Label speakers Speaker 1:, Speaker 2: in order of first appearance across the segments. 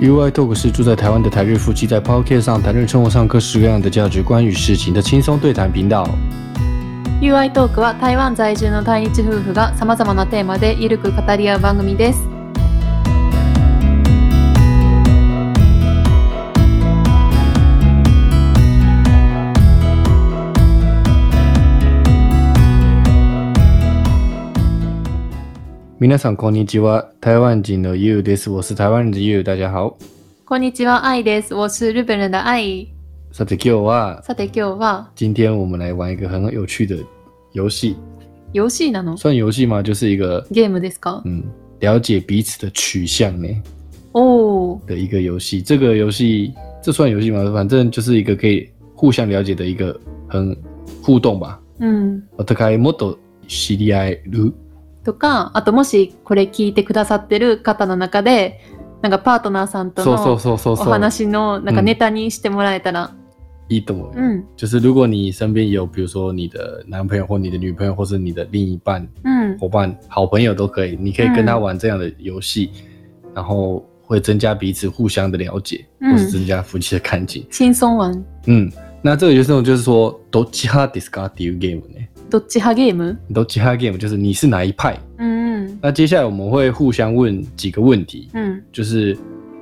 Speaker 1: UI Talk 是住在台湾的台日夫妻在 Pocket 上谈论生活上各式各样的价值观与事情的轻松对谈频道。
Speaker 2: UI トークは台湾在住の対日夫婦がさまざまなテーマでゆるく語り合う番組です。
Speaker 1: 皆さんこんにちは，台湾人的 You です。我是台湾人的 You，大家好。
Speaker 2: こんにちは、愛です。我是日本人的愛。
Speaker 1: さて今日は
Speaker 2: さて今日
Speaker 1: 啊
Speaker 2: は、
Speaker 1: 今天我们来玩一个很有趣的游戏，
Speaker 2: ヨシーなの
Speaker 1: 算游戏吗？就是一个
Speaker 2: ゲームですか
Speaker 1: 嗯，了解彼此的取向呢
Speaker 2: おー、
Speaker 1: 的一个游戏。这个游戏这算游戏吗？反正就是一个可以互相了解的一个很互动吧。
Speaker 2: うん。
Speaker 1: お互いもっと知り合える。
Speaker 2: とか、あともしこれ聞いてくださってる方の中で、なんかパートナーさんと
Speaker 1: そうそう
Speaker 2: の
Speaker 1: そうそう
Speaker 2: お
Speaker 1: そう。
Speaker 2: 話のなんかネタにしてもらえたら、
Speaker 1: 一懂。
Speaker 2: うん、
Speaker 1: 就是如果你身边有，比如说你的男朋友或你的女朋友，或是你的另一半、
Speaker 2: うん、
Speaker 1: 伙伴、好朋友都可以，你可以跟他玩这样的游戏，然后会增加彼此互相的了解，
Speaker 2: 嗯
Speaker 1: 或是增加夫妻的感情。
Speaker 2: シンソンワン、
Speaker 1: 嗯，那这个就是那种就是说，どっち派ですかっていうゲーム呢？
Speaker 2: どっち派ゲーム
Speaker 1: どっち派 game 就是你是哪一派？
Speaker 2: うんうん、
Speaker 1: 那接下来我们会互相问几个问题，
Speaker 2: うん、
Speaker 1: 就是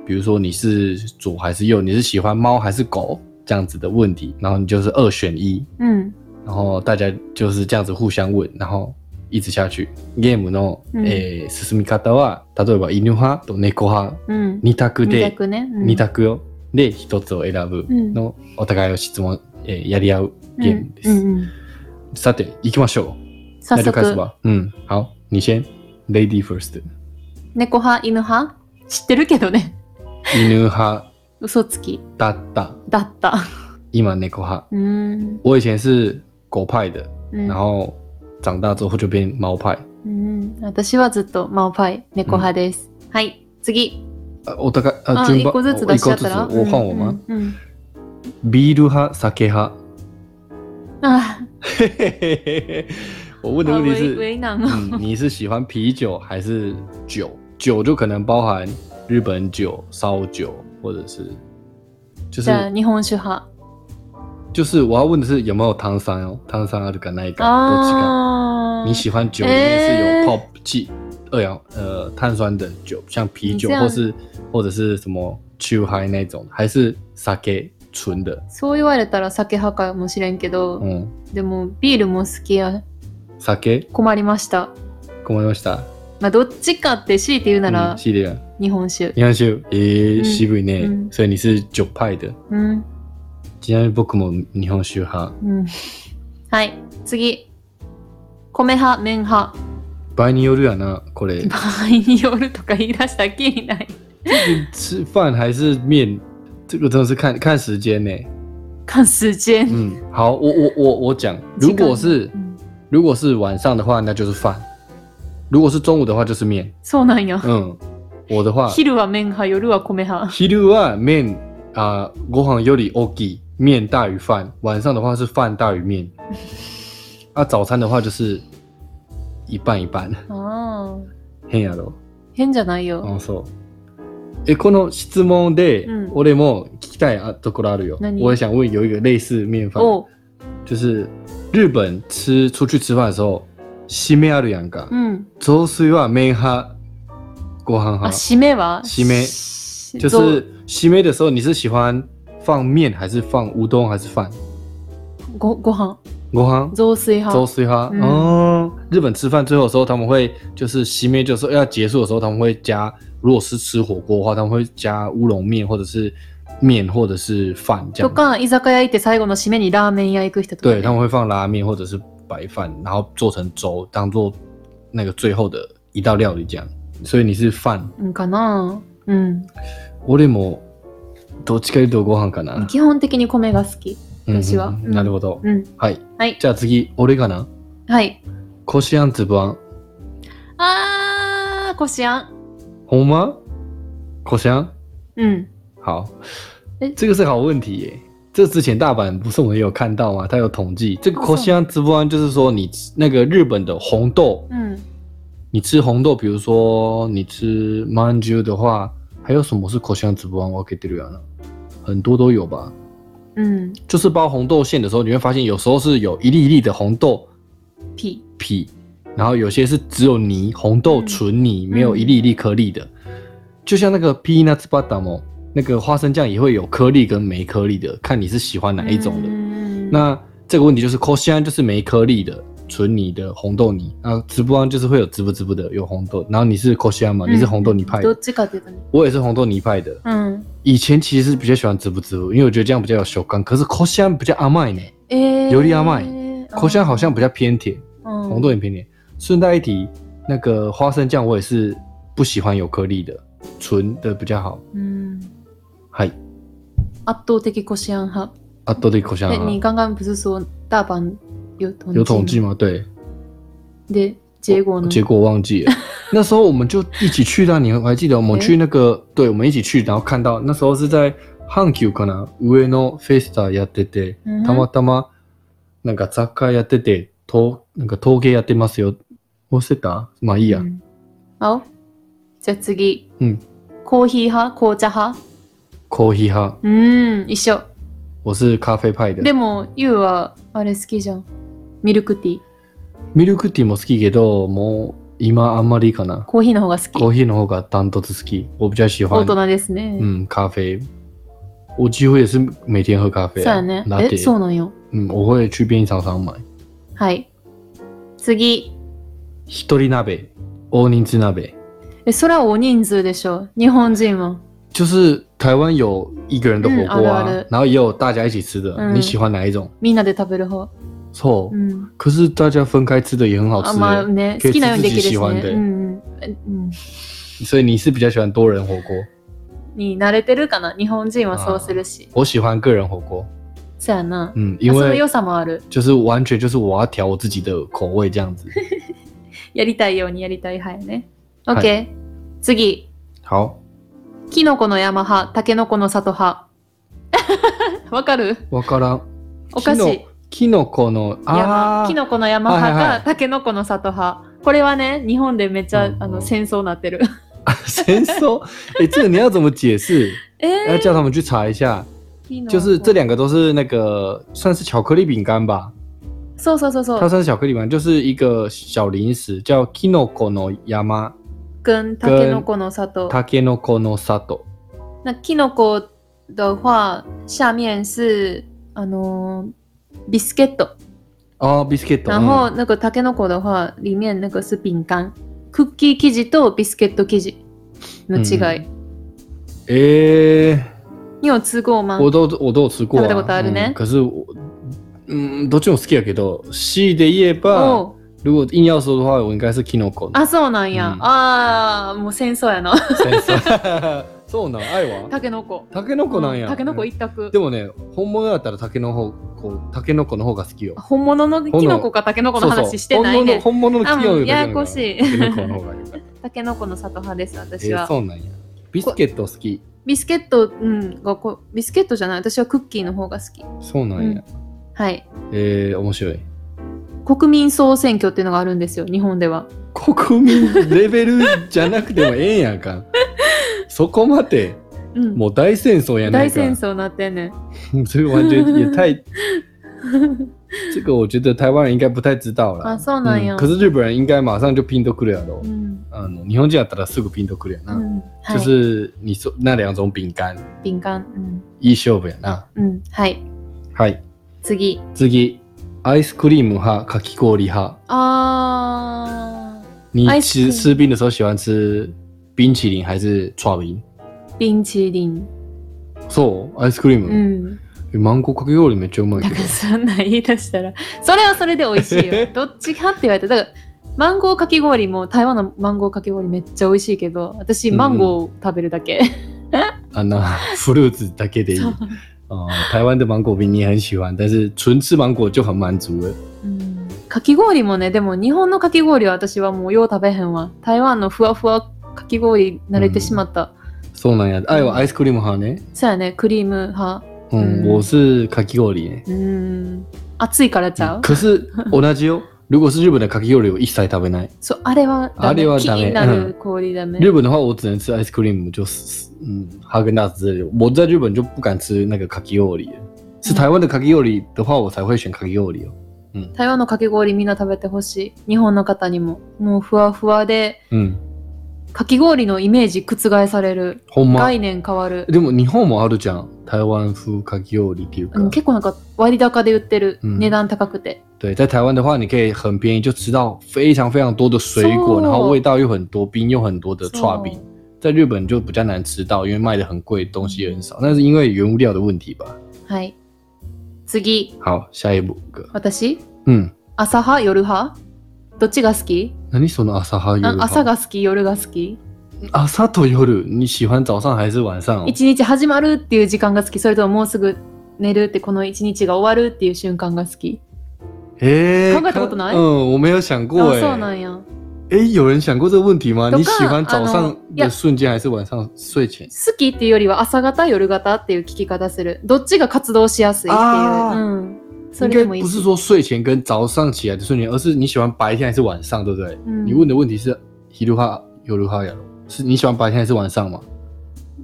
Speaker 1: 比如说你是左还是右，你是喜欢猫还是狗这样子的问题，然后你就是二选一，
Speaker 2: うん、
Speaker 1: 然后大家就是这样子互相问，然后一直下去。ゲームの、
Speaker 2: うん
Speaker 1: えー進み方は例えば犬派と猫派
Speaker 2: うん。
Speaker 1: 二択
Speaker 2: 二
Speaker 1: で
Speaker 2: 択ね。うん
Speaker 1: 二択をで一つを選ぶの、お互いを質問、えーやり合うゲームです。
Speaker 2: うんうんうん
Speaker 1: さて行きましょう。
Speaker 2: 早
Speaker 1: 那就开始
Speaker 2: 速、
Speaker 1: 吧。嗯，好，你先，Lady First，
Speaker 2: 猫派、犬派知ってるけどね。
Speaker 1: 犬派
Speaker 2: 嘘つき
Speaker 1: だった，
Speaker 2: だった。
Speaker 1: 今猫派。
Speaker 2: うーん。
Speaker 1: 我以前是狗派的，
Speaker 2: うん
Speaker 1: 然后长大之后就变猫派。
Speaker 2: うん私はずっとマオパイ、猫派です。はい、次。
Speaker 1: 呃我大概呃，
Speaker 2: あ、
Speaker 1: 军
Speaker 2: 一
Speaker 1: 吧，
Speaker 2: 個ずつ
Speaker 1: 我
Speaker 2: 出
Speaker 1: 一
Speaker 2: しち
Speaker 1: 个
Speaker 2: ゃっ
Speaker 1: 字
Speaker 2: たら。
Speaker 1: 我换我吗？
Speaker 2: うんうん
Speaker 1: ビール派、酒派。
Speaker 2: うんあ、
Speaker 1: 嘿嘿嘿嘿嘿 我问的
Speaker 2: 好
Speaker 1: 问题
Speaker 2: 为
Speaker 1: 是，
Speaker 2: 为难哦。
Speaker 1: 嗯，你是喜欢啤酒还是酒？酒就可能包含日本酒、烧酒，或者是就
Speaker 2: じゃあ、
Speaker 1: 是
Speaker 2: 日本酒派。
Speaker 1: 就是我要问的是有没有汤山哦，汤山阿鲁甘那一个
Speaker 2: 啊
Speaker 1: 多吉甘。
Speaker 2: あー
Speaker 1: 你喜欢酒里面是有泡气、二氧呃碳酸的酒，像啤酒
Speaker 2: 你这样
Speaker 1: 或是或者是什么 c h 嗨那种，还是 sake 纯的？
Speaker 2: そう言われたら酒派かもしれんけど、
Speaker 1: 嗯
Speaker 2: でもビールも好きや。
Speaker 1: ，sake
Speaker 2: 困りました。
Speaker 1: ごめんなさい。
Speaker 2: まあ、どっちかって強いて言うなら
Speaker 1: 嗯，系列。
Speaker 2: 日本酒。
Speaker 1: 你看秀诶，
Speaker 2: 嗯
Speaker 1: 西部内，
Speaker 2: 嗯
Speaker 1: 所以你是酒派的。
Speaker 2: うん。
Speaker 1: 今天僕も日本酒派。
Speaker 2: うん。はい、次。米派、麺派。
Speaker 1: 場合によるやな、これ
Speaker 2: 場合によるとか言い出したきりない。
Speaker 1: 吃饭还是面，这个真的是看看时间呢。
Speaker 2: 看时间。
Speaker 1: 嗯，好，我我我我讲，如果是
Speaker 2: うん
Speaker 1: 如果是晚上的话，那就是饭；如果是中午的话，就是面。
Speaker 2: そうなんや。
Speaker 1: 嗯，我的话，
Speaker 2: 昼は麺派、夜は米派。
Speaker 1: 昼は面啊、ご飯より大きい面大于饭；晚上的话是饭大于面。啊，早餐的话就是一半一半。
Speaker 2: ああ。
Speaker 1: 変やろ。
Speaker 2: 変じゃないよ。
Speaker 1: あ、そう。え、この質問で
Speaker 2: うん、
Speaker 1: 俺も聞きたいあところあるよ。
Speaker 2: 何
Speaker 1: 我也想问有一个类似面饭，
Speaker 2: おう。
Speaker 1: 就是日本吃出去吃饭的时候，締めあるやんか
Speaker 2: う。ん。
Speaker 1: 雑炊は麺派、ご飯
Speaker 2: あ、
Speaker 1: 派。
Speaker 2: 締めは
Speaker 1: 締め
Speaker 2: し
Speaker 1: 就是締め的时候，你是喜欢放面还是放乌冬还是饭？
Speaker 2: ごご飯。
Speaker 1: ご飯。
Speaker 2: 雑炊
Speaker 1: 周
Speaker 2: 派。
Speaker 1: 岁哈，
Speaker 2: 嗯
Speaker 1: 哦，日本吃饭最后的时候，他们会就是熄灭，就是要结束的时候，他们会加，如果是吃火锅的话，他们会加乌龙面或者是面或者是饭这
Speaker 2: と
Speaker 1: 样，
Speaker 2: か、居酒屋行って最後の締めにラーメン屋行く人とかね。
Speaker 1: 对，他们会放拉面或者是白饭，然后做成粥，当做那个最后的一道料理这样。所以你是饭，
Speaker 2: うんかな。うん。
Speaker 1: 我でもどっちかというとご飯かな。
Speaker 2: 基本的に米が好き。私は
Speaker 1: うん
Speaker 2: うん
Speaker 1: なるほど。
Speaker 2: うん。
Speaker 1: はい。
Speaker 2: はい。
Speaker 1: じゃあ次、俺かな。
Speaker 2: はい。
Speaker 1: こしあんつぶあん。
Speaker 2: あー、こしあん。
Speaker 1: ほんま？こしあん？
Speaker 2: うん。
Speaker 1: 好
Speaker 2: 诶，
Speaker 1: 这个是好问题耶。这之前大阪不是我们也有看到吗？它有统计，这个
Speaker 2: 哦
Speaker 1: o
Speaker 2: 是
Speaker 1: s 直播安就是说你吃那个日本的红豆，
Speaker 2: うん。
Speaker 1: 你吃红豆，比如说你吃 manju 的话，还有什么是口香直播湾我给对了呢？很多都有吧。
Speaker 2: うん。
Speaker 1: 就是包红豆馅的时候，你会发现有时候是有一粒一粒的红豆
Speaker 2: P。
Speaker 1: 皮，然后有些是只有泥，红豆纯泥，没有一粒一粒颗粒的。就像那个 peanut butter 哦，那个花生酱也会有颗粒跟没颗粒的，看你是喜欢哪一种的。
Speaker 2: 嗯うん
Speaker 1: 那这个问题就是 c o s i a n 就是没颗粒的纯泥的红豆泥，那直播上就是会有滋不滋不的有红豆，然后你是 c o s i a n 嘛，
Speaker 2: 嗯
Speaker 1: 你是红豆泥派
Speaker 2: ど
Speaker 1: 的，
Speaker 2: っちかっていうとね。
Speaker 1: 我也是红豆泥派的。
Speaker 2: うん。
Speaker 1: 以前其实是比较喜欢滋不滋不，因为我觉得这样比较有手感，可是 c o s i a n 比较阿麦呢 c
Speaker 2: えー。
Speaker 1: より甘い
Speaker 2: い
Speaker 1: o s i a n 好像比较偏甜，红
Speaker 2: 红
Speaker 1: 豆也偏甜。顺带一提，那个花生酱我也是不喜欢有颗粒的，纯的比较好。
Speaker 2: うん。
Speaker 1: 嗨，
Speaker 2: 圧倒的コシアン派。
Speaker 1: 啊，都对 c o s i
Speaker 2: で、
Speaker 1: a
Speaker 2: 你
Speaker 1: n
Speaker 2: 刚刚不是说大阪有统
Speaker 1: 有统计
Speaker 2: 计吗？
Speaker 1: 吗？对，
Speaker 2: で、结果呢？
Speaker 1: 结果忘记 了。那时候我们就一起去的啊，你还记得我们去那个？对，我们一起去，然后看到那时候是在 Hankyu かな上野フェスタやってて、
Speaker 2: うん
Speaker 1: たまたまなんか雑貨やってて、となんか陶芸やってますよ。忘れた？まあいいや。
Speaker 2: うん青じゃあ次。
Speaker 1: うん
Speaker 2: コーヒー派紅茶派
Speaker 1: コーヒー派，
Speaker 2: うん、一緒。
Speaker 1: 我是咖啡派的。
Speaker 2: でも、ユウはあれ好きじゃん。ミルクティー。
Speaker 1: ミルクティーも好きけど、もう今あんまりかな。
Speaker 2: コーヒーの方が好
Speaker 1: コー
Speaker 2: き。
Speaker 1: ヒーの方がダントツ好き。我比较喜
Speaker 2: 大
Speaker 1: 欢。
Speaker 2: 人ですね。
Speaker 1: 嗯，咖啡。我几乎也是每天喝咖啡、
Speaker 2: そうや
Speaker 1: 啊。
Speaker 2: ね。
Speaker 1: 拿
Speaker 2: え、
Speaker 1: 铁。
Speaker 2: そうなんよ。
Speaker 1: 嗯，我会去便利商商买。
Speaker 2: はい。次。
Speaker 1: 一人鍋，欧尼之鍋，
Speaker 2: え、それは大人数でしょ。日本人は。
Speaker 1: 就是台湾有一个人的火锅啊，
Speaker 2: 嗯啊的啊的
Speaker 1: 然后也有大家一起吃的，
Speaker 2: 嗯
Speaker 1: 你喜欢哪一种？
Speaker 2: みんなで食べる方。
Speaker 1: 错、
Speaker 2: うん。
Speaker 1: 可是大家分开吃的也很好
Speaker 2: あ、
Speaker 1: 吃、
Speaker 2: ま
Speaker 1: 欸，
Speaker 2: あね。
Speaker 1: ケ
Speaker 2: 好
Speaker 1: ーキ
Speaker 2: きなようにできるし
Speaker 1: 自己喜
Speaker 2: ね。
Speaker 1: 欢で
Speaker 2: うんえうん。
Speaker 1: 所以你是比较喜欢多人火锅，
Speaker 2: に慣れてるかな。日本人はそうするし。
Speaker 1: 我喜欢个人火锅，
Speaker 2: そうやな。
Speaker 1: 嗯，
Speaker 2: あ
Speaker 1: 因
Speaker 2: その
Speaker 1: 为
Speaker 2: 良さもある。
Speaker 1: 就是完全就是我要调我自己的口味这样子。
Speaker 2: やりたいようにやりたい派やね。
Speaker 1: はい
Speaker 2: OK。次。
Speaker 1: 好，
Speaker 2: キノコの山派、タケノコの里派。 わかる
Speaker 1: わからん。
Speaker 2: おかしい。
Speaker 1: キノコの
Speaker 2: 山
Speaker 1: あ
Speaker 2: キ
Speaker 1: ー
Speaker 2: ノコの山派
Speaker 1: はいはいは
Speaker 2: か
Speaker 1: い
Speaker 2: タケノコの里派これはね日本でめっちゃ、
Speaker 1: うんうん
Speaker 2: あの戦争なってる
Speaker 1: 神 兽，哎、这个你要怎么解释？
Speaker 2: え
Speaker 1: 要叫他们去查一下。
Speaker 2: ー、
Speaker 1: 就是这两个都是那个算是巧克力饼干吧，
Speaker 2: そうそうそうそ
Speaker 1: 它
Speaker 2: う
Speaker 1: 算是巧克力饼干，就是一个小零食，叫 Kinoko no Yama
Speaker 2: 跟タケノコの里
Speaker 1: Takenoko no Sato。
Speaker 2: 那キノコ的话下面是あのービスケット
Speaker 1: 哦，biscuit。
Speaker 2: 然后
Speaker 1: 嗯
Speaker 2: 那个タケノコ的话里面那个是饼干クッキー生地とビスケット生地の違い、
Speaker 1: 诶、
Speaker 2: に有吃过吗
Speaker 1: 我都我都有吃过、啊，
Speaker 2: 食べたことあるね
Speaker 1: 嗯可是我，嗯，どっちも好きやけど、C で言えば、
Speaker 2: おう
Speaker 1: 如果硬要说的话，我应该是 Kinoko。
Speaker 2: あそうなんや、
Speaker 1: うん
Speaker 2: ああもう戦争やな
Speaker 1: 先 生そうなん、愛は。
Speaker 2: タケノコ
Speaker 1: タケノコなんや。
Speaker 2: タケノコ
Speaker 1: うん
Speaker 2: 一択
Speaker 1: でもね、本物だったらタケノコ、タケノコの方が好きよ。
Speaker 2: 本物のキノコかタケノコの話してないね。
Speaker 1: そうそう本物の本物の企業
Speaker 2: あもうややこしい
Speaker 1: タケノコの方がいいから。
Speaker 2: タケノコの里派です、
Speaker 1: え
Speaker 2: 私
Speaker 1: ー、
Speaker 2: は。
Speaker 1: そうなんや。ビスケット好き。
Speaker 2: ビスケット、うん、がこビスケットじゃない、私はクッキーの方が好き。
Speaker 1: そうなんや。
Speaker 2: はい。
Speaker 1: えー、面白い。
Speaker 2: 国民総選挙っていうのがあるんですよ、日本では。
Speaker 1: 国民レベルじゃなくてもええんやんか。 そこまで、
Speaker 2: うん、
Speaker 1: もう大戦争やない
Speaker 2: 大
Speaker 1: か。
Speaker 2: 戦争なってんねん。
Speaker 1: 争。所以完全也太…这个我觉得台湾人应该不太知道
Speaker 2: あ、
Speaker 1: 了。
Speaker 2: そうなんや。
Speaker 1: 可是日本人应该马上就ピンとくるやろ
Speaker 2: う。ん。
Speaker 1: あの日本人やったらすぐピンとくるや
Speaker 2: う
Speaker 1: な。
Speaker 2: ん。は
Speaker 1: 就
Speaker 2: い。
Speaker 1: 是你说那两种饼干，
Speaker 2: 敏感。
Speaker 1: いい勝負やな。
Speaker 2: うん。うん。はい。
Speaker 1: はい。
Speaker 2: 次。
Speaker 1: 次、アイスクリーム派、かき氷派。
Speaker 2: あ
Speaker 1: 你
Speaker 2: アイスク
Speaker 1: 吃
Speaker 2: リーム
Speaker 1: 吃冰的时候喜欢吃冰淇淋还是刨冰？
Speaker 2: ー、ビンチリン。
Speaker 1: そう、アイスクリーム。
Speaker 2: うん。
Speaker 1: えマンゴーかき氷めっちゃうまい
Speaker 2: だ
Speaker 1: け
Speaker 2: か
Speaker 1: ど
Speaker 2: ら。そんなん言い出したらそれはそれで美味し いよどっちかって言われたらだからマンゴーかき氷も台湾のマンゴーかき氷めっちゃ美味しいけど私マンゴーを食べるだけ、
Speaker 1: あ の、フルーツだけでいい。
Speaker 2: そう
Speaker 1: 哦，台湾的芒果冰你也很喜欢，但是纯吃芒果就很满足了。
Speaker 2: うんかき氷もねでも日本のかき氷は私はもうよう食べへんわ台湾のふわふわかき氷慣れてしまった、
Speaker 1: そうなんや。愛はアイスクリーム派ね。
Speaker 2: そうやねクリーム派
Speaker 1: 嗯，
Speaker 2: 嗯
Speaker 1: 我是かき氷ね。
Speaker 2: うん暑いからちゃう、
Speaker 1: 可是同じよ。如果是日本的かき氷，我一切食べない。
Speaker 2: そう、あれはダメ、
Speaker 1: あれは
Speaker 2: 気
Speaker 1: ダメ
Speaker 2: になる氷ダメ。
Speaker 1: 日本的话，我只能吃 ice cream，就是嗯哈根达斯之类的。我在日本就不敢吃那个かき氷了。是台湾的かき氷的话，我才会选かき氷哦。
Speaker 2: 台湾のかき氷みんな食べてほしい。日本の方にも。もうふわふわで、
Speaker 1: 嗯，
Speaker 2: かき氷のイメージ覆される。
Speaker 1: ほんま。
Speaker 2: 概念変わる。
Speaker 1: でも日本もあるじゃん。台湾風かき氷っていうか
Speaker 2: うん、結構なんか割高で売ってる。
Speaker 1: うん
Speaker 2: 値段高くて。
Speaker 1: 对，在台湾的话，你可以很便宜就吃到非常非常多的水果，
Speaker 2: そう
Speaker 1: 然后味道又很多，冰又很多的
Speaker 2: そ
Speaker 1: 串
Speaker 2: う
Speaker 1: 冰。在日本就比较难吃到，因为卖的很贵，东西也很少。那是因为原物料的问题吧。
Speaker 2: はい。次、
Speaker 1: 好，下一步个，
Speaker 2: 私
Speaker 1: 嗯，
Speaker 2: 朝派、夜派どっちが好き
Speaker 1: 那你说呢？朝は夜
Speaker 2: あ
Speaker 1: は？
Speaker 2: 朝が好き、夜が好き
Speaker 1: 朝と夜，你喜欢早上还是晚上、哦
Speaker 2: 一日始まるっていう時間が好きそれとももうすぐ寝るってこの一日が終わるっていう瞬間が好き
Speaker 1: 哎、
Speaker 2: 考えたことない
Speaker 1: 嗯，我没有想
Speaker 2: あ
Speaker 1: 过哎、
Speaker 2: そうなんや
Speaker 1: 哎、有人想过这个问题吗？
Speaker 2: とか
Speaker 1: 你喜欢早上
Speaker 2: あのいや
Speaker 1: 的瞬间还是晚上睡前？
Speaker 2: 好きっていうよりは朝方夜方っていう聞き方するどっちが活動しやすいっていう、
Speaker 1: あー
Speaker 2: うん、そ
Speaker 1: 应
Speaker 2: れで
Speaker 1: 该
Speaker 2: もいい
Speaker 1: 不是
Speaker 2: し、
Speaker 1: 说睡前跟早上起来的瞬间，而是你喜欢白天还是晚上，对不对？
Speaker 2: うん
Speaker 1: 你问的问题是ヒルハヨルハ呀，是你喜欢白天还是晚上吗？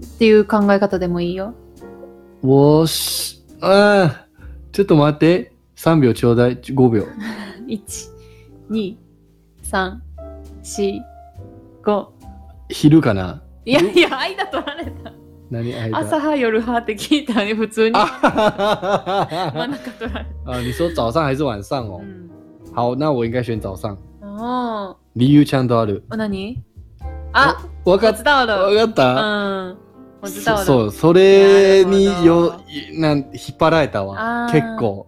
Speaker 2: っていう考え方でもいいよ
Speaker 1: 我是嗯，ちょっと待って、三秒ちょうだい、五秒。
Speaker 2: 12345
Speaker 1: 昼かな？
Speaker 2: いやいや間取られた
Speaker 1: 何 間？
Speaker 2: 朝派夜派って聞いたね普通に
Speaker 1: 啊
Speaker 2: 真
Speaker 1: 哈哈哈哈哈
Speaker 2: ん
Speaker 1: 哈！
Speaker 2: 中取られ
Speaker 1: 啊，你说早上还是晚上
Speaker 2: た、
Speaker 1: 哦
Speaker 2: う？ん、
Speaker 1: 好，那我应该选早上。
Speaker 2: あ
Speaker 1: 理由ちゃんとある。
Speaker 2: ー何あ
Speaker 1: 我
Speaker 2: 我
Speaker 1: か
Speaker 2: 知道了
Speaker 1: わかった。
Speaker 2: 嗯，我知道
Speaker 1: そ
Speaker 2: 了。啊
Speaker 1: そう、それに
Speaker 2: なるほ
Speaker 1: よ
Speaker 2: ど、
Speaker 1: なん引っ張られたわ
Speaker 2: あ。ー
Speaker 1: 結構。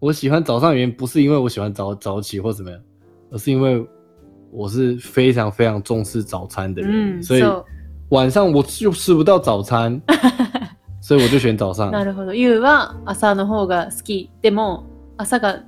Speaker 1: 我喜欢早上的原因不是因为我喜欢早早起或怎么样，而是因为我是非常非常重视早餐的人，
Speaker 2: 嗯，
Speaker 1: 所以
Speaker 2: そ
Speaker 1: 晚上我就吃不到早 餐，所以我就选早上
Speaker 2: う。なるほど。ゆうは朝の方が好き。でも朝が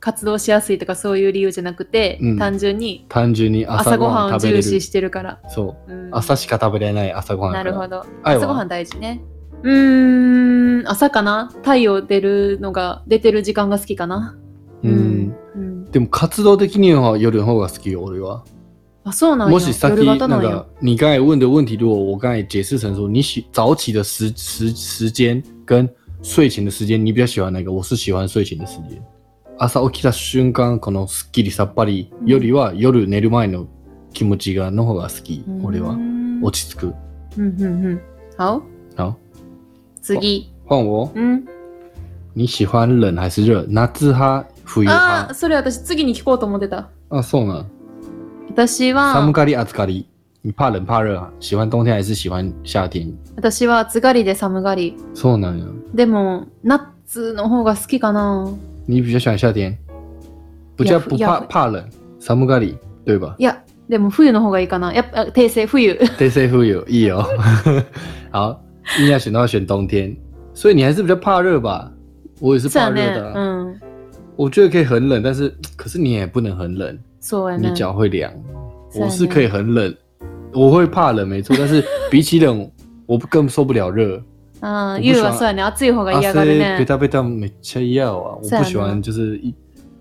Speaker 2: 活動しやすいとかそういう理由じゃなくて、
Speaker 1: うん
Speaker 2: 単純に
Speaker 1: 単純に朝
Speaker 2: 朝
Speaker 1: ご
Speaker 2: ご
Speaker 1: は
Speaker 2: はん
Speaker 1: ん
Speaker 2: を
Speaker 1: 食べれる
Speaker 2: 重視。してるから。
Speaker 1: そう、
Speaker 2: うん
Speaker 1: 朝しか食べれない朝ごはん
Speaker 2: な
Speaker 1: だか
Speaker 2: るほ
Speaker 1: ら。
Speaker 2: ど。
Speaker 1: 愛は
Speaker 2: 朝ごはん大事ね。うーん、朝かな。太陽出るのが出てる時間が好きかな。
Speaker 1: うん。
Speaker 2: うん。
Speaker 1: でも活動的には夜の方が好きよ、俺は。
Speaker 2: あ、そうなんや。
Speaker 1: もしさっき
Speaker 2: 夜
Speaker 1: 那
Speaker 2: 型なんや
Speaker 1: 个。你刚才问的问题，如果我刚才解释成说你喜早起的时时时间跟睡前的时间，你比较喜欢哪个？我是喜欢睡前的时間朝起きた瞬間このすっきりさっぱり
Speaker 2: うん
Speaker 1: よりは夜寝る前の気持ちがの方が好き。
Speaker 2: うん
Speaker 1: 俺は
Speaker 2: うん
Speaker 1: 落ち着く。
Speaker 2: うんうん。好。
Speaker 1: 好，
Speaker 2: 次。
Speaker 1: 换我。
Speaker 2: うん。
Speaker 1: 你喜欢冷还是热？夏派、冬
Speaker 2: ああ、
Speaker 1: 派。
Speaker 2: それ私次に聞こうと思ってた。
Speaker 1: 啊，そうなん。
Speaker 2: 私は
Speaker 1: 寒、がり、暑がり。你怕冷怕热啊？喜欢冬天还是喜欢夏天？
Speaker 2: 私は暑がりで寒がり。
Speaker 1: そうなんや。
Speaker 2: でも、ナッツの方が好きかな。
Speaker 1: 你比较喜欢夏天，不叫不怕
Speaker 2: 要
Speaker 1: 怕冷，寒がり对 吧
Speaker 2: いや、でも冬の方がいいかな。やっぱ、訂正、冬。
Speaker 1: ？They say who you 意哦。好，硬要选的话选冬天，所以你还是比较怕热吧？我也是
Speaker 2: そ
Speaker 1: 怕热
Speaker 2: うやね。
Speaker 1: 的
Speaker 2: う
Speaker 1: 啊、
Speaker 2: ん。
Speaker 1: 我觉得可以很冷，但是可是你也不能很冷，
Speaker 2: そうやね。
Speaker 1: 你脚会凉。
Speaker 2: そうやね
Speaker 1: 我是啊可以很冷，我会怕冷 没错，但是比起冷，我更受不了热。啊
Speaker 2: ああ、
Speaker 1: 僕
Speaker 2: ゆう
Speaker 1: 知ら
Speaker 2: は
Speaker 1: ん
Speaker 2: そうやね。暑い方が
Speaker 1: 阿
Speaker 2: 嫌がるね
Speaker 1: 贝。塔贝塔没吃药啊，我
Speaker 2: 算
Speaker 1: 不
Speaker 2: 了
Speaker 1: 喜欢就是一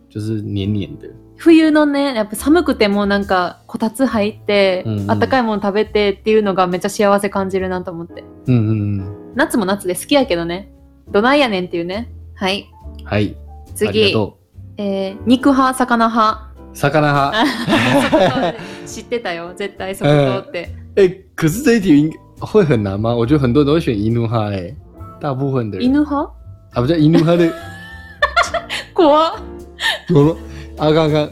Speaker 1: 就是黏黏的。
Speaker 2: 冬のね、やっぱ寒くてもなんか、こたつ入って、
Speaker 1: うんうん
Speaker 2: あったかいもの食べてっていうのがめっちゃ幸せ感じるなと思って。
Speaker 1: 嗯嗯嗯，
Speaker 2: 夏も夏で好きやけどね。どないやねんっていうね。はい。
Speaker 1: 还あり
Speaker 2: 次
Speaker 1: が。とう。
Speaker 2: えー肉派、魚派。
Speaker 1: 魚派。
Speaker 2: あ そこ知ってたよ絶対そこ通って、
Speaker 1: 哎、可是这一题应该会很难吗？我觉得很多人都会选伊努哈嘞，大部分的人
Speaker 2: 犬派
Speaker 1: 啊，不叫伊努哈的，
Speaker 2: 怖っ
Speaker 1: 我们啊刚刚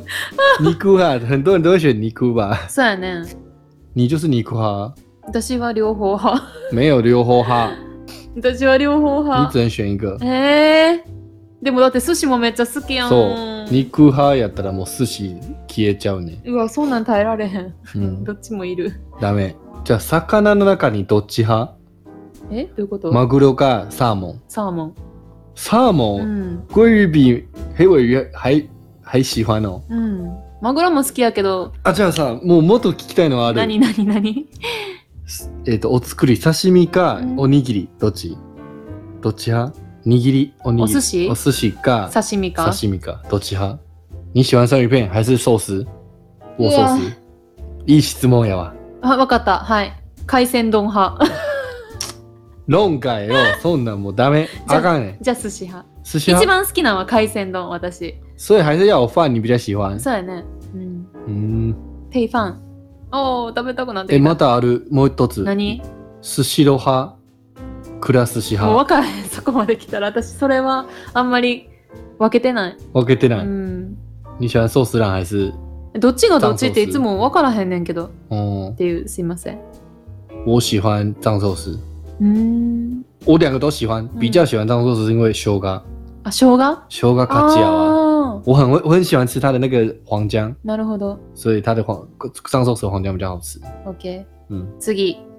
Speaker 1: 尼姑哈，很多人都会选尼姑吧？
Speaker 2: そうやねん
Speaker 1: 你就是尼姑哈，
Speaker 2: 私は両方派
Speaker 1: 没有留后哈，
Speaker 2: 私は両方
Speaker 1: 你
Speaker 2: 派
Speaker 1: 只能选一个。
Speaker 2: えー、でもだって寿司もめっちゃ好きやん
Speaker 1: そう、尼姑哈やったらもう寿司消えちゃうね。
Speaker 2: うわそんなん耐えられへん、
Speaker 1: うん
Speaker 2: どっちもいる
Speaker 1: ダメ。じゃあ魚の中にどっち派？
Speaker 2: えどういうこと、
Speaker 1: マグロかサーモン？
Speaker 2: サーモン
Speaker 1: サーモ
Speaker 2: う
Speaker 1: ン
Speaker 2: ん、
Speaker 1: 鲑鱼比黑尾鱼还还喜欢哦。
Speaker 2: うん、マグロも好きやけど
Speaker 1: あ、じゃあさ、もうもっと聞きたいのはある。
Speaker 2: 何何何
Speaker 1: えっ、と、お作り、刺身か
Speaker 2: う、ん
Speaker 1: おにぎり、どっちどっち派握り、おにぎり。
Speaker 2: お寿司
Speaker 1: お寿司か、
Speaker 2: 刺身か
Speaker 1: 刺身か、どっち派你喜欢生鱼片还是寿司？握寿司
Speaker 2: うわ。
Speaker 1: いい質問やわ。
Speaker 2: あ、わかった。はい。海鮮丼派。
Speaker 1: 論外よ。そんなんもうダメ。
Speaker 2: じゃ
Speaker 1: あかんねん。
Speaker 2: じゃあ寿司派。
Speaker 1: 寿司
Speaker 2: 一
Speaker 1: 派。
Speaker 2: 番好きなのは海鮮丼、私。
Speaker 1: 所以还是要有饭你比较喜欢。
Speaker 2: そうやね。うん。
Speaker 1: うん。
Speaker 2: テイファン。おー、食べたくなって
Speaker 1: え、
Speaker 2: きた。
Speaker 1: またある。もう一つ。
Speaker 2: 何
Speaker 1: スシロー派。くら寿司
Speaker 2: もう
Speaker 1: 派。
Speaker 2: 分からへん。 そこまで来たら、私、それはあんまり分けてない。
Speaker 1: 分けてな
Speaker 2: う
Speaker 1: い。
Speaker 2: ん。
Speaker 1: 你喜欢寿司ラン还是？
Speaker 2: どっちがどっちっていつも分からへんねんけど。
Speaker 1: 嗯
Speaker 2: っ，ていう、すいません。
Speaker 1: 我喜欢藏寿司。
Speaker 2: うーん。
Speaker 1: 我两个都喜欢，
Speaker 2: 嗯
Speaker 1: 比较喜欢藏寿司是因为修嘎，
Speaker 2: あ、生姜あ
Speaker 1: 修嘎卡吉亚啊，
Speaker 2: あー。
Speaker 1: 我很会我很喜欢吃它的那个黄姜，
Speaker 2: なるほど。
Speaker 1: 所以它的黄藏寿司的黄姜比较好吃。
Speaker 2: OK。
Speaker 1: 嗯，
Speaker 2: 次。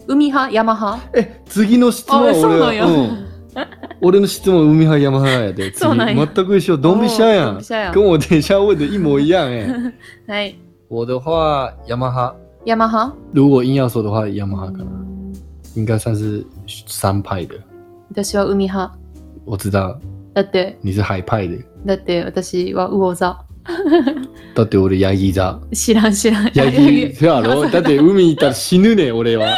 Speaker 2: 海派山派
Speaker 1: 哎、次の質
Speaker 2: あ、
Speaker 1: 問は
Speaker 2: そうなん
Speaker 1: 俺
Speaker 2: や。
Speaker 1: は、うん、俺の質問海派山派やで。
Speaker 2: そうなんや
Speaker 1: 次全く一緒，ドンピシャやん
Speaker 2: おードンピシャやん
Speaker 1: 跟我等一下问的一模一样哎。
Speaker 2: はい。
Speaker 1: 我的话，雅马哈，
Speaker 2: 山派
Speaker 1: 如果硬要说的话，雅马哈可
Speaker 2: う
Speaker 1: 能
Speaker 2: ん
Speaker 1: 应该算是山派的。
Speaker 2: 私は海派。
Speaker 1: 我知道
Speaker 2: だって、
Speaker 1: 你是海派的。
Speaker 2: だって私は魚座。
Speaker 1: だって俺ヤギ座。
Speaker 2: 知らん知らん。
Speaker 1: ヤギ
Speaker 2: い
Speaker 1: 座や ろだって海行ったら死ぬね、俺は。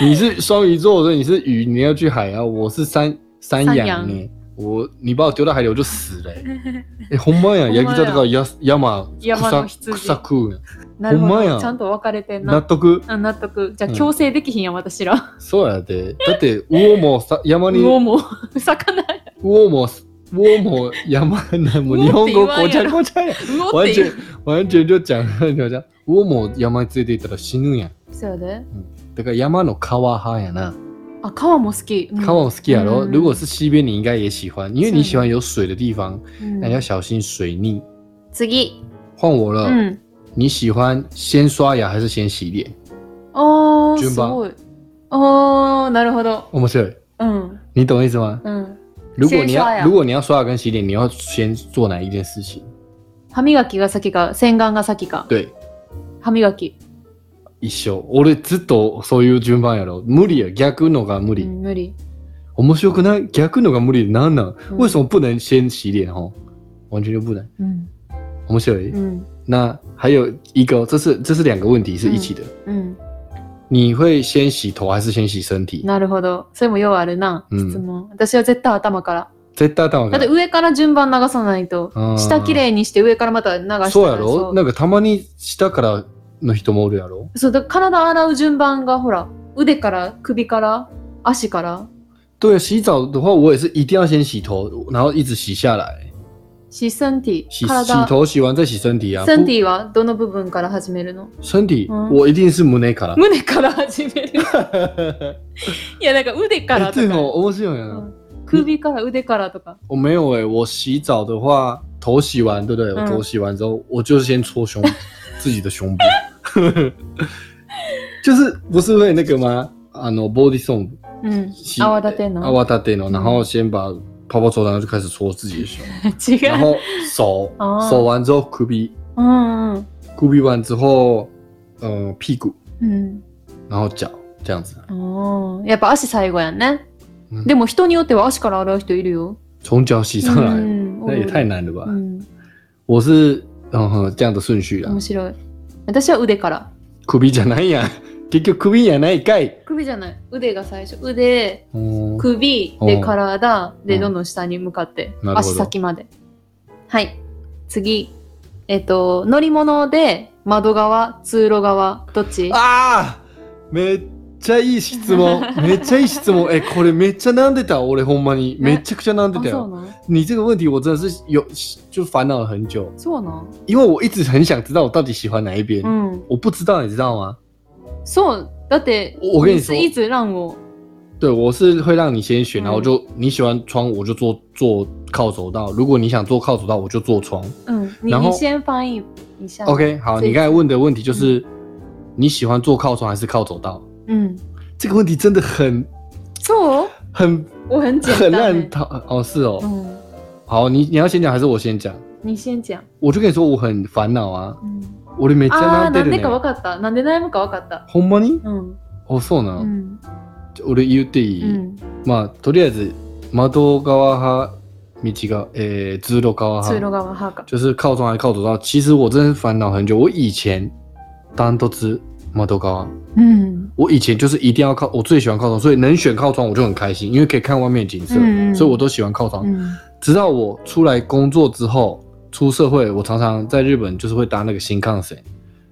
Speaker 1: 你是双鱼座，所以你是鱼，你要去海啊。我是山山
Speaker 2: 山
Speaker 1: 羊
Speaker 2: 羊
Speaker 1: 呢，我你把我丢到海里，我就死 了、え、ほんまやん。
Speaker 2: ほ
Speaker 1: ヤ
Speaker 2: んま
Speaker 1: ギ
Speaker 2: や
Speaker 1: 座とかや山
Speaker 2: 山の
Speaker 1: 草
Speaker 2: 羊
Speaker 1: 草食うやん
Speaker 2: なるほ
Speaker 1: ほんまや
Speaker 2: ど。
Speaker 1: ん
Speaker 2: ちゃんと分かれてん
Speaker 1: 納
Speaker 2: な。
Speaker 1: 得。
Speaker 2: うん納得。じゃあ
Speaker 1: うん
Speaker 2: 強制できひんやん、私ら。
Speaker 1: そうやで。だって魚もさ山 に
Speaker 2: 魚
Speaker 1: 魚
Speaker 2: も、魚や。
Speaker 1: も魚も山なんもう日本語
Speaker 2: 魚
Speaker 1: ご
Speaker 2: っ
Speaker 1: ち
Speaker 2: て言わんや
Speaker 1: ゃ
Speaker 2: ろ
Speaker 1: ごちゃやん。
Speaker 2: 魚っ
Speaker 1: 完
Speaker 2: てい
Speaker 1: 全
Speaker 2: う。
Speaker 1: 完全就 讲魚も山に連れて行ったら死ぬやん。
Speaker 2: そうやで。
Speaker 1: だから山の川派やな。
Speaker 2: あ、川も好き。うん
Speaker 1: 看我 ski 啊，然后
Speaker 2: 嗯
Speaker 1: 如果是西边，你应该也喜欢，因为你喜欢有水的地方，
Speaker 2: うん
Speaker 1: 那你要小心水逆。
Speaker 2: 次。
Speaker 1: 换我了，
Speaker 2: うん。
Speaker 1: 你喜欢先刷牙还是先洗脸？
Speaker 2: あー、
Speaker 1: 順
Speaker 2: す
Speaker 1: 番
Speaker 2: ごい。あー、なるほど。
Speaker 1: 我们是，
Speaker 2: うん。
Speaker 1: 你懂意思吗？
Speaker 2: うん。
Speaker 1: 如果你
Speaker 2: 先刷牙
Speaker 1: 要如果你要刷牙跟洗脸，你要先做哪一件事情？
Speaker 2: 歯磨きが先か、洗顔が先か。
Speaker 1: 对，
Speaker 2: 歯磨き。
Speaker 1: 一緒。俺ずっとそういう順番やろ。無理や。逆のが無
Speaker 2: う
Speaker 1: 理。
Speaker 2: ん無理。
Speaker 1: 面白くない？逆のが無理ってなんなん？
Speaker 2: うん
Speaker 1: 为什么不能先洗脸？哦，完全就不能。
Speaker 2: うん。
Speaker 1: 面白い。
Speaker 2: うん。
Speaker 1: 那还有一个，这是这是两个问题
Speaker 2: 嗯
Speaker 1: 是一起的。
Speaker 2: うん。
Speaker 1: 你会先洗头还是先洗身体？
Speaker 2: なるほど。それもようあるな、
Speaker 1: うん
Speaker 2: 質問。私は絶対頭から。
Speaker 1: 絶対頭が
Speaker 2: だって上から順番流さないと
Speaker 1: う、ん
Speaker 2: 下きれいにして上からまた流してから
Speaker 1: 啊そうやろ
Speaker 2: そ
Speaker 1: な
Speaker 2: うん
Speaker 1: かたまに下からの人もおるやろ
Speaker 2: そうだから体洗う順番がほら、腕から、首から、足から、
Speaker 1: 对啊，洗澡的话，我也是一定要先洗头，然后一直洗下来，
Speaker 2: し、身体、
Speaker 1: 洗洗
Speaker 2: 体、
Speaker 1: 头洗完再洗身体啊。
Speaker 2: 身体はどの部分から始めるの
Speaker 1: 不身体
Speaker 2: 嗯，
Speaker 1: 我一定是胸から。
Speaker 2: 胸から始める。 いや、なんか腕から
Speaker 1: 哎
Speaker 2: と
Speaker 1: 对
Speaker 2: か、
Speaker 1: 哦，面白い
Speaker 2: うん
Speaker 1: な。
Speaker 2: 首から腕からとか。
Speaker 1: 我没有哎，我洗澡的话，头洗完对不对？
Speaker 2: 嗯
Speaker 1: 我头洗完之后，我就是先搓胸 自己的胸部， 就是不是会那个吗？啊，no body song。
Speaker 2: うん。
Speaker 1: 洗
Speaker 2: 泡立ての
Speaker 1: 泡立ての，
Speaker 2: 嗯
Speaker 1: 然后先把泡泡搓完，然后就开始搓自己的胸，
Speaker 2: 違
Speaker 1: 然
Speaker 2: う。
Speaker 1: 后手
Speaker 2: 哦
Speaker 1: 手完之后，酷比
Speaker 2: うんうん。
Speaker 1: 酷比完之后，呃，屁股，
Speaker 2: うん。
Speaker 1: 然后脚这样子，
Speaker 2: あーやっぱ足最後やんね、
Speaker 1: うん
Speaker 2: でも人によっては足から洗う人いるよ。
Speaker 1: 从脚洗上来，
Speaker 2: うん
Speaker 1: 那也太难了吧
Speaker 2: う？ん、
Speaker 1: 我是嗯哼这样的顺序啦
Speaker 2: 面，白い。私は腕から。
Speaker 1: 酷比じゃないやん，結局酷比じゃないかい。
Speaker 2: 首じゃない。腕が最初。腕、
Speaker 1: うん
Speaker 2: 首、
Speaker 1: う
Speaker 2: で
Speaker 1: ん
Speaker 2: 体、
Speaker 1: う
Speaker 2: で、
Speaker 1: ん
Speaker 2: どんどん下に向かって、
Speaker 1: なるほど
Speaker 2: 足先まで。はい。次。えっと、乗り物で窓側、通路側、どっち
Speaker 1: あーめっちゃいい質 問めっちゃいい質問えこれめっちゃ悩んでた俺ほんまに
Speaker 2: ね
Speaker 1: めちゃくちゃ悩んで
Speaker 2: あ
Speaker 1: た
Speaker 2: そう
Speaker 1: よ
Speaker 2: なん
Speaker 1: 你这个问题我真的是有就烦恼了很久，
Speaker 2: そうなん
Speaker 1: 因为我一直很想知道我到底喜欢哪一边，
Speaker 2: うん。
Speaker 1: 我不知道，你知道吗？
Speaker 2: そう。だって、
Speaker 1: 我我跟你
Speaker 2: ス
Speaker 1: 说，
Speaker 2: イーツランを。
Speaker 1: 对我是会让你先选，
Speaker 2: 嗯
Speaker 1: 然后就你喜欢窗，我就坐坐靠走道；如果你想坐靠走道，我就坐窗。
Speaker 2: うん。に
Speaker 1: 然后
Speaker 2: に先翻译一下。
Speaker 1: OK，好，
Speaker 2: 自己
Speaker 1: 你刚才问的问题
Speaker 2: 嗯
Speaker 1: 就是、你喜欢坐靠窗还是靠走道？
Speaker 2: うん。
Speaker 1: 这个问题真的很
Speaker 2: そう
Speaker 1: 很
Speaker 2: 我很 简
Speaker 1: 很
Speaker 2: 单、
Speaker 1: 烂
Speaker 2: 欸。
Speaker 1: 讨哦，是哦。
Speaker 2: 嗯，
Speaker 1: 好，你你要先讲还是我先讲？
Speaker 2: 你先讲。
Speaker 1: 我就跟你说我很烦恼啊，
Speaker 2: うん、
Speaker 1: 我的每天
Speaker 2: あ
Speaker 1: 悩
Speaker 2: あ、
Speaker 1: ん
Speaker 2: な
Speaker 1: で
Speaker 2: ん
Speaker 1: る
Speaker 2: でかわ
Speaker 1: ね。
Speaker 2: かった。なんで悩むかわかった。
Speaker 1: ほんまに？
Speaker 2: うん。
Speaker 1: 哦，そうなの。
Speaker 2: うん。
Speaker 1: 俺言っていい、
Speaker 2: うん。
Speaker 1: まあとりあえず窓側派米奇高，诶、知路高哈
Speaker 2: 通，路側派か。
Speaker 1: 就是靠中还靠左道。其实我真的烦恼很久，我以前当然都知马豆高啊，
Speaker 2: うん。
Speaker 1: 我以前就是一定要靠，我最喜欢靠窗，所以能选靠窗我就很开心，因为可以看外面的景色，
Speaker 2: 嗯嗯
Speaker 1: 所以我都喜欢靠窗。
Speaker 2: うん
Speaker 1: 直到我出来工作之后，出社会，我常常在日本就是会搭那个新干线，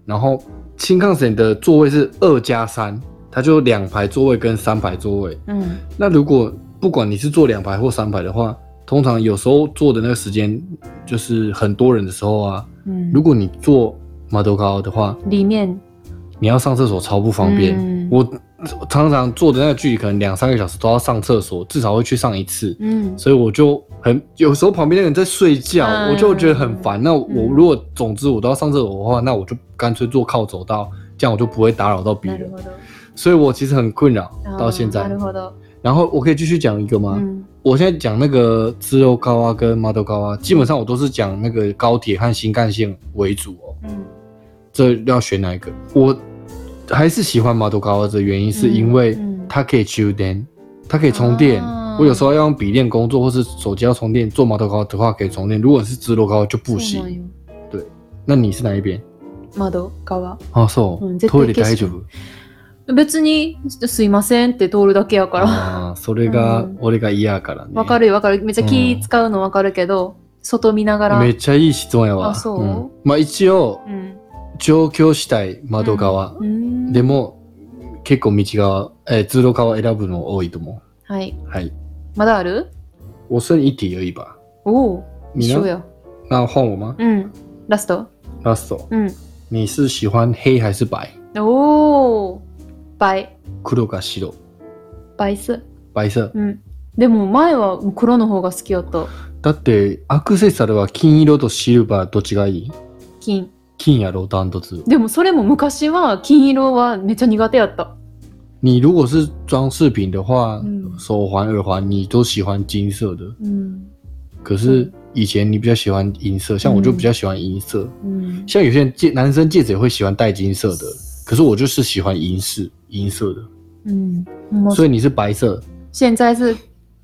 Speaker 1: 然后新干线的座位是二加三，它就有两排座位跟三排座位。
Speaker 2: うん。
Speaker 1: 那如果不管你是坐两排或三排的话，通常有时候坐的那个时间就是很多人的时候啊，
Speaker 2: うん
Speaker 1: 如果你坐马豆高的话，
Speaker 2: 里面
Speaker 1: 你要上厕所超不方便。
Speaker 2: 嗯
Speaker 1: 我常常坐的那个距离可能两三个小时都要上厕所，至少会去上一次。
Speaker 2: うん。
Speaker 1: 所以我就很有时候旁边那个人在睡觉，
Speaker 2: 嗯
Speaker 1: 我就觉得很烦。那我
Speaker 2: 嗯
Speaker 1: 如果总之我都要上厕所的话，那我就干脆坐靠走道，这样我就不会打扰到别
Speaker 2: なる
Speaker 1: 人。
Speaker 2: ほど。
Speaker 1: 所以我其实很困扰
Speaker 2: あー
Speaker 1: 到现
Speaker 2: な
Speaker 1: 在
Speaker 2: る。ほど。
Speaker 1: 然后我可以继续讲一个吗？
Speaker 2: うん。
Speaker 1: 我现在讲那个自由高啊跟麻豆高啊，基本上我都是讲那个高铁和新干线为主哦。
Speaker 2: うん。
Speaker 1: 这要选哪一个？我还是喜欢麻豆高啊的原因是因为
Speaker 2: 嗯嗯
Speaker 1: 它可以充电，它可以充电。
Speaker 2: 啊
Speaker 1: 我有时候要用笔电工作，或是手机要充电，做麻豆高的话可以充电。如果是直楼高就不
Speaker 2: そうなん
Speaker 1: 行。
Speaker 2: よ
Speaker 1: 那你是哪一边？
Speaker 2: 窓側。
Speaker 1: あ、そうう。
Speaker 2: ん
Speaker 1: トイレ大丈夫。
Speaker 2: 別に、すいませんって通るだけやから。
Speaker 1: あーそれが
Speaker 2: うん
Speaker 1: 俺が嫌からね。
Speaker 2: わかるよわかる。めっちゃ気使うのわかるけど、外見ながら。
Speaker 1: めっちゃいい質問やわ。
Speaker 2: あそうん
Speaker 1: まあ一応
Speaker 2: うん。
Speaker 1: 上京したい窓側
Speaker 2: う、ん
Speaker 1: でも結構道側、えー、通路側選ぶの多いと思
Speaker 2: はい。
Speaker 1: う。はい。
Speaker 2: まだある
Speaker 1: 我剩一题而已吧。
Speaker 2: おお。
Speaker 1: 你
Speaker 2: 一
Speaker 1: 呢
Speaker 2: 緒？や。
Speaker 1: 那换我吗？
Speaker 2: うん。ラスト
Speaker 1: Russell，
Speaker 2: うん。
Speaker 1: 你是喜欢黑还是白？
Speaker 2: おお。倍。
Speaker 1: 黒か白？
Speaker 2: 倍数。
Speaker 1: 白色。
Speaker 2: うん。でも前は黒の方が好きやった。
Speaker 1: だってアクセサルは金色とシルバーどっちがいい？
Speaker 2: 金。
Speaker 1: 金やろダントツ。
Speaker 2: でもそれも昔は金色はめっちゃ苦手やった。
Speaker 1: 你如果是装饰品的话，
Speaker 2: 嗯
Speaker 1: 手环、耳环你都喜欢金色的，
Speaker 2: うん。
Speaker 1: 可是
Speaker 2: 嗯
Speaker 1: 以前你比较喜欢银色，像我就比较喜欢银色。
Speaker 2: うん。
Speaker 1: 像有些人戒男生戒指也会喜欢戴金色的，可是我就是喜欢银饰银色的。
Speaker 2: うん。ほんま
Speaker 1: 所以你是白色，
Speaker 2: 現在是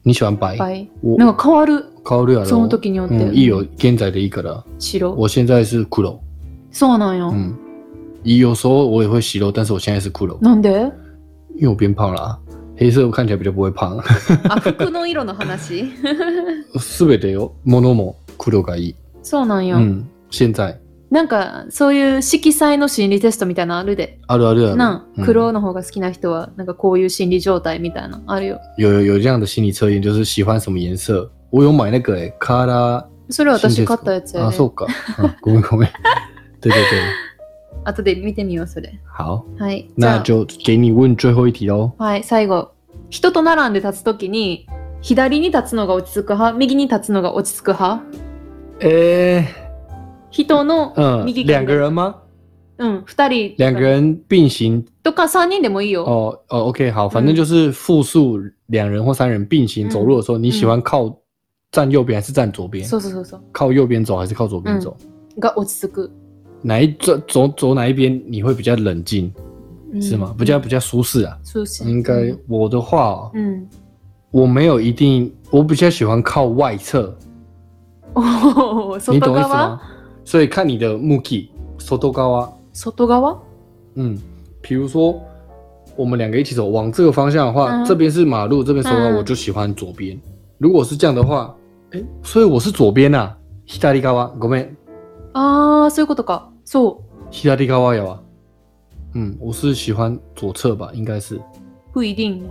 Speaker 1: 你喜欢白？
Speaker 2: 倍。
Speaker 1: 我
Speaker 2: なんか変わる。
Speaker 1: 考虑了。
Speaker 2: その時によって。
Speaker 1: 嗯，一有现在的一个了。
Speaker 2: 白。
Speaker 1: 我现在是骷髅，
Speaker 2: そうなんよ。
Speaker 1: 嗯，有时候我也会洗肉，但是我现在是骷髅，
Speaker 2: なんで
Speaker 1: 因为我变胖了、啊。黑色我看起来比较不会胖。
Speaker 2: あ、服の色の話
Speaker 1: すべてよ、ものも黒がいい。
Speaker 2: そうなんよ。
Speaker 1: 嗯，现在
Speaker 2: なんか、そういう色彩の心理テストみたいなのあるで。
Speaker 1: あるあるある。
Speaker 2: なあ、
Speaker 1: 嗯
Speaker 2: 黒の方が好きな人は、なんかこういう心理状態みたいなのあるよ。
Speaker 1: 有有有这样的心理测验，就是喜欢什么颜色。我有买那个诶、欸、，color
Speaker 2: それは私
Speaker 1: 心理テスト
Speaker 2: 買ったやつや
Speaker 1: あ、
Speaker 2: ね
Speaker 1: そ。うか。 嗯ごめんごめん。对对对，
Speaker 2: 後で見てみよう、それ。
Speaker 1: 好，
Speaker 2: はい。じ
Speaker 1: 那
Speaker 2: ゃあ
Speaker 1: 就给你问最后一题喽。
Speaker 2: はい、最後。人と並んで立つときに、左に立つのが落ち着く派、右に立つのが落ち着く派
Speaker 1: 诶、
Speaker 2: 人の、
Speaker 1: 嗯
Speaker 2: 右，
Speaker 1: 两个人吗？
Speaker 2: うん、二人。
Speaker 1: 两个。人并行
Speaker 2: とか三人でもいいよ。
Speaker 1: 哦哦，OK，好，反正
Speaker 2: 嗯
Speaker 1: 就是复数两人或三人并行
Speaker 2: 嗯
Speaker 1: 走路的时候，你喜欢靠站右边还是站左嗯边？
Speaker 2: そうそうそうそう。
Speaker 1: 靠右边走还是靠左边走？
Speaker 2: が落ち着く。
Speaker 1: 哪一走走走哪一边你会比较冷静，是吗？比较比较舒适啊。
Speaker 2: そうし
Speaker 1: 应该我的话哦、
Speaker 2: うん。
Speaker 1: 我没有一定，我比较喜欢靠外侧，
Speaker 2: おー
Speaker 1: 你
Speaker 2: 外
Speaker 1: 懂意思
Speaker 2: 側
Speaker 1: 吗？所以看你的目的，手多高啊，
Speaker 2: 外側
Speaker 1: 嗯，比如说我们两个一起走，往这个方向的话，
Speaker 2: 嗯
Speaker 1: 这边是马路，这边手高，
Speaker 2: 嗯
Speaker 1: 我就喜欢左边。如果是这样的话，哎、所以我是左边啊，左側，ごめん、
Speaker 2: ああ、そういうことか。そう。
Speaker 1: 左側呀啊。嗯，我是喜欢左侧吧，应该是
Speaker 2: 不一定。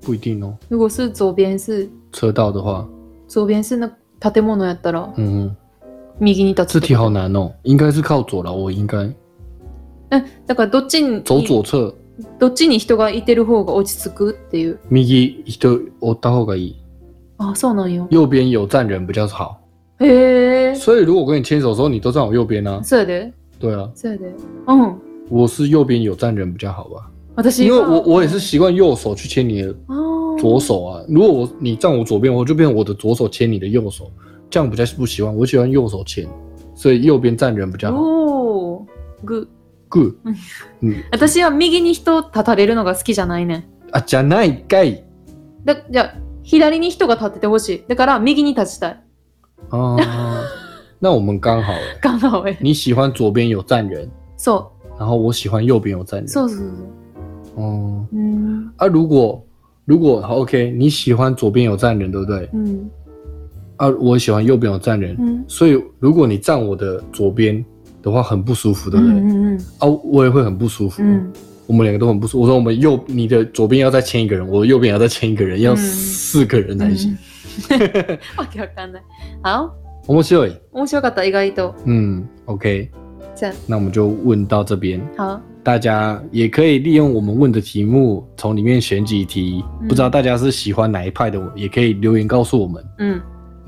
Speaker 1: 不一定哦。
Speaker 2: 如果是左边是
Speaker 1: 车道的话，
Speaker 2: 左边是那建物やったら
Speaker 1: 嗯，嗯
Speaker 2: 右に立
Speaker 1: 这
Speaker 2: つってこと。
Speaker 1: 题好难哦，应该是靠左了，我应该
Speaker 2: えだからどっちに
Speaker 1: 走左侧。
Speaker 2: どっちに人がいてる方が落ち着くっていう。
Speaker 1: 右人おった方がいい，
Speaker 2: あ、そうなんよ。
Speaker 1: 右边有站人比较好。
Speaker 2: へえ。
Speaker 1: 所以如果我跟你牵手的时候，你都站我右边啊？
Speaker 2: そうやで。
Speaker 1: 对啊，
Speaker 2: そうやで。うん。
Speaker 1: 我是右边有站人比较好吧？
Speaker 2: 私
Speaker 1: 因
Speaker 2: は
Speaker 1: 为我我也是习惯右手去牵你的
Speaker 2: あー
Speaker 1: 左手啊。如果我你站我左边，我就变我的左手牵你的右手，这样比较不喜欢。我喜欢右手牵，所以右边站人比较好。
Speaker 2: おお。ぐ。
Speaker 1: Good，
Speaker 2: 嗯
Speaker 1: 嗯
Speaker 2: 私は右に人立たれるのが好きじゃないねん。
Speaker 1: 啊，じゃないかい。
Speaker 2: だじゃあ左に人が立っててほしい。だから右に立ちたい。
Speaker 1: 啊，那我们刚好欸
Speaker 2: 刚好哎、
Speaker 1: 你喜欢左边有站人，
Speaker 2: そ
Speaker 1: 然后我喜欢右边有站
Speaker 2: う。
Speaker 1: 人。
Speaker 2: そうそうそう。
Speaker 1: 哦、
Speaker 2: うん。
Speaker 1: 啊，如果如果好 OK，你喜欢左边有站人，对不对？
Speaker 2: うん。
Speaker 1: 啊，我喜欢右边有站人，
Speaker 2: うん。
Speaker 1: 所以如果你站我的左边的话，很不舒服，
Speaker 2: う
Speaker 1: 对不对？
Speaker 2: ん。
Speaker 1: 啊，我也会很不舒服。
Speaker 2: うん。
Speaker 1: 我们两个都很不舒服。我说我们右你的左边要再牵一个人，我的右边也要再牵一个人，要四个人才
Speaker 2: 嗯
Speaker 1: 行。
Speaker 2: わけわかんない。あ
Speaker 1: 我们是有
Speaker 2: 面白かった、意外と。
Speaker 1: 嗯 OK，
Speaker 2: じゃ
Speaker 1: 那我们就问到这边。
Speaker 2: あ、は
Speaker 1: 大家也可以利用我们问的题目，从里面选几题。
Speaker 2: 嗯
Speaker 1: 不知道大家是喜欢哪一派的，也可以留言告诉我们。
Speaker 2: うん。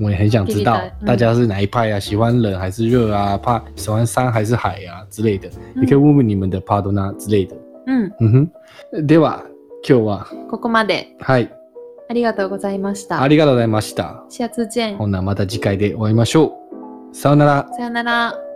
Speaker 1: 我也很想知道
Speaker 2: 听听看嗯
Speaker 1: 大家是哪一派啊，喜欢冷还是热啊，怕喜欢山还是海啊之类的，
Speaker 2: 嗯
Speaker 1: 也可以问问你们的帕多纳之类的。
Speaker 2: うん。
Speaker 1: 嗯哼，では今日は
Speaker 2: ここまで。
Speaker 1: はい
Speaker 2: ありがとうございまし
Speaker 1: あ
Speaker 2: た。
Speaker 1: りがとうございました。
Speaker 2: シャツジェン
Speaker 1: ほ。なまた次回でお会いましょう。さようなら。
Speaker 2: さよなら。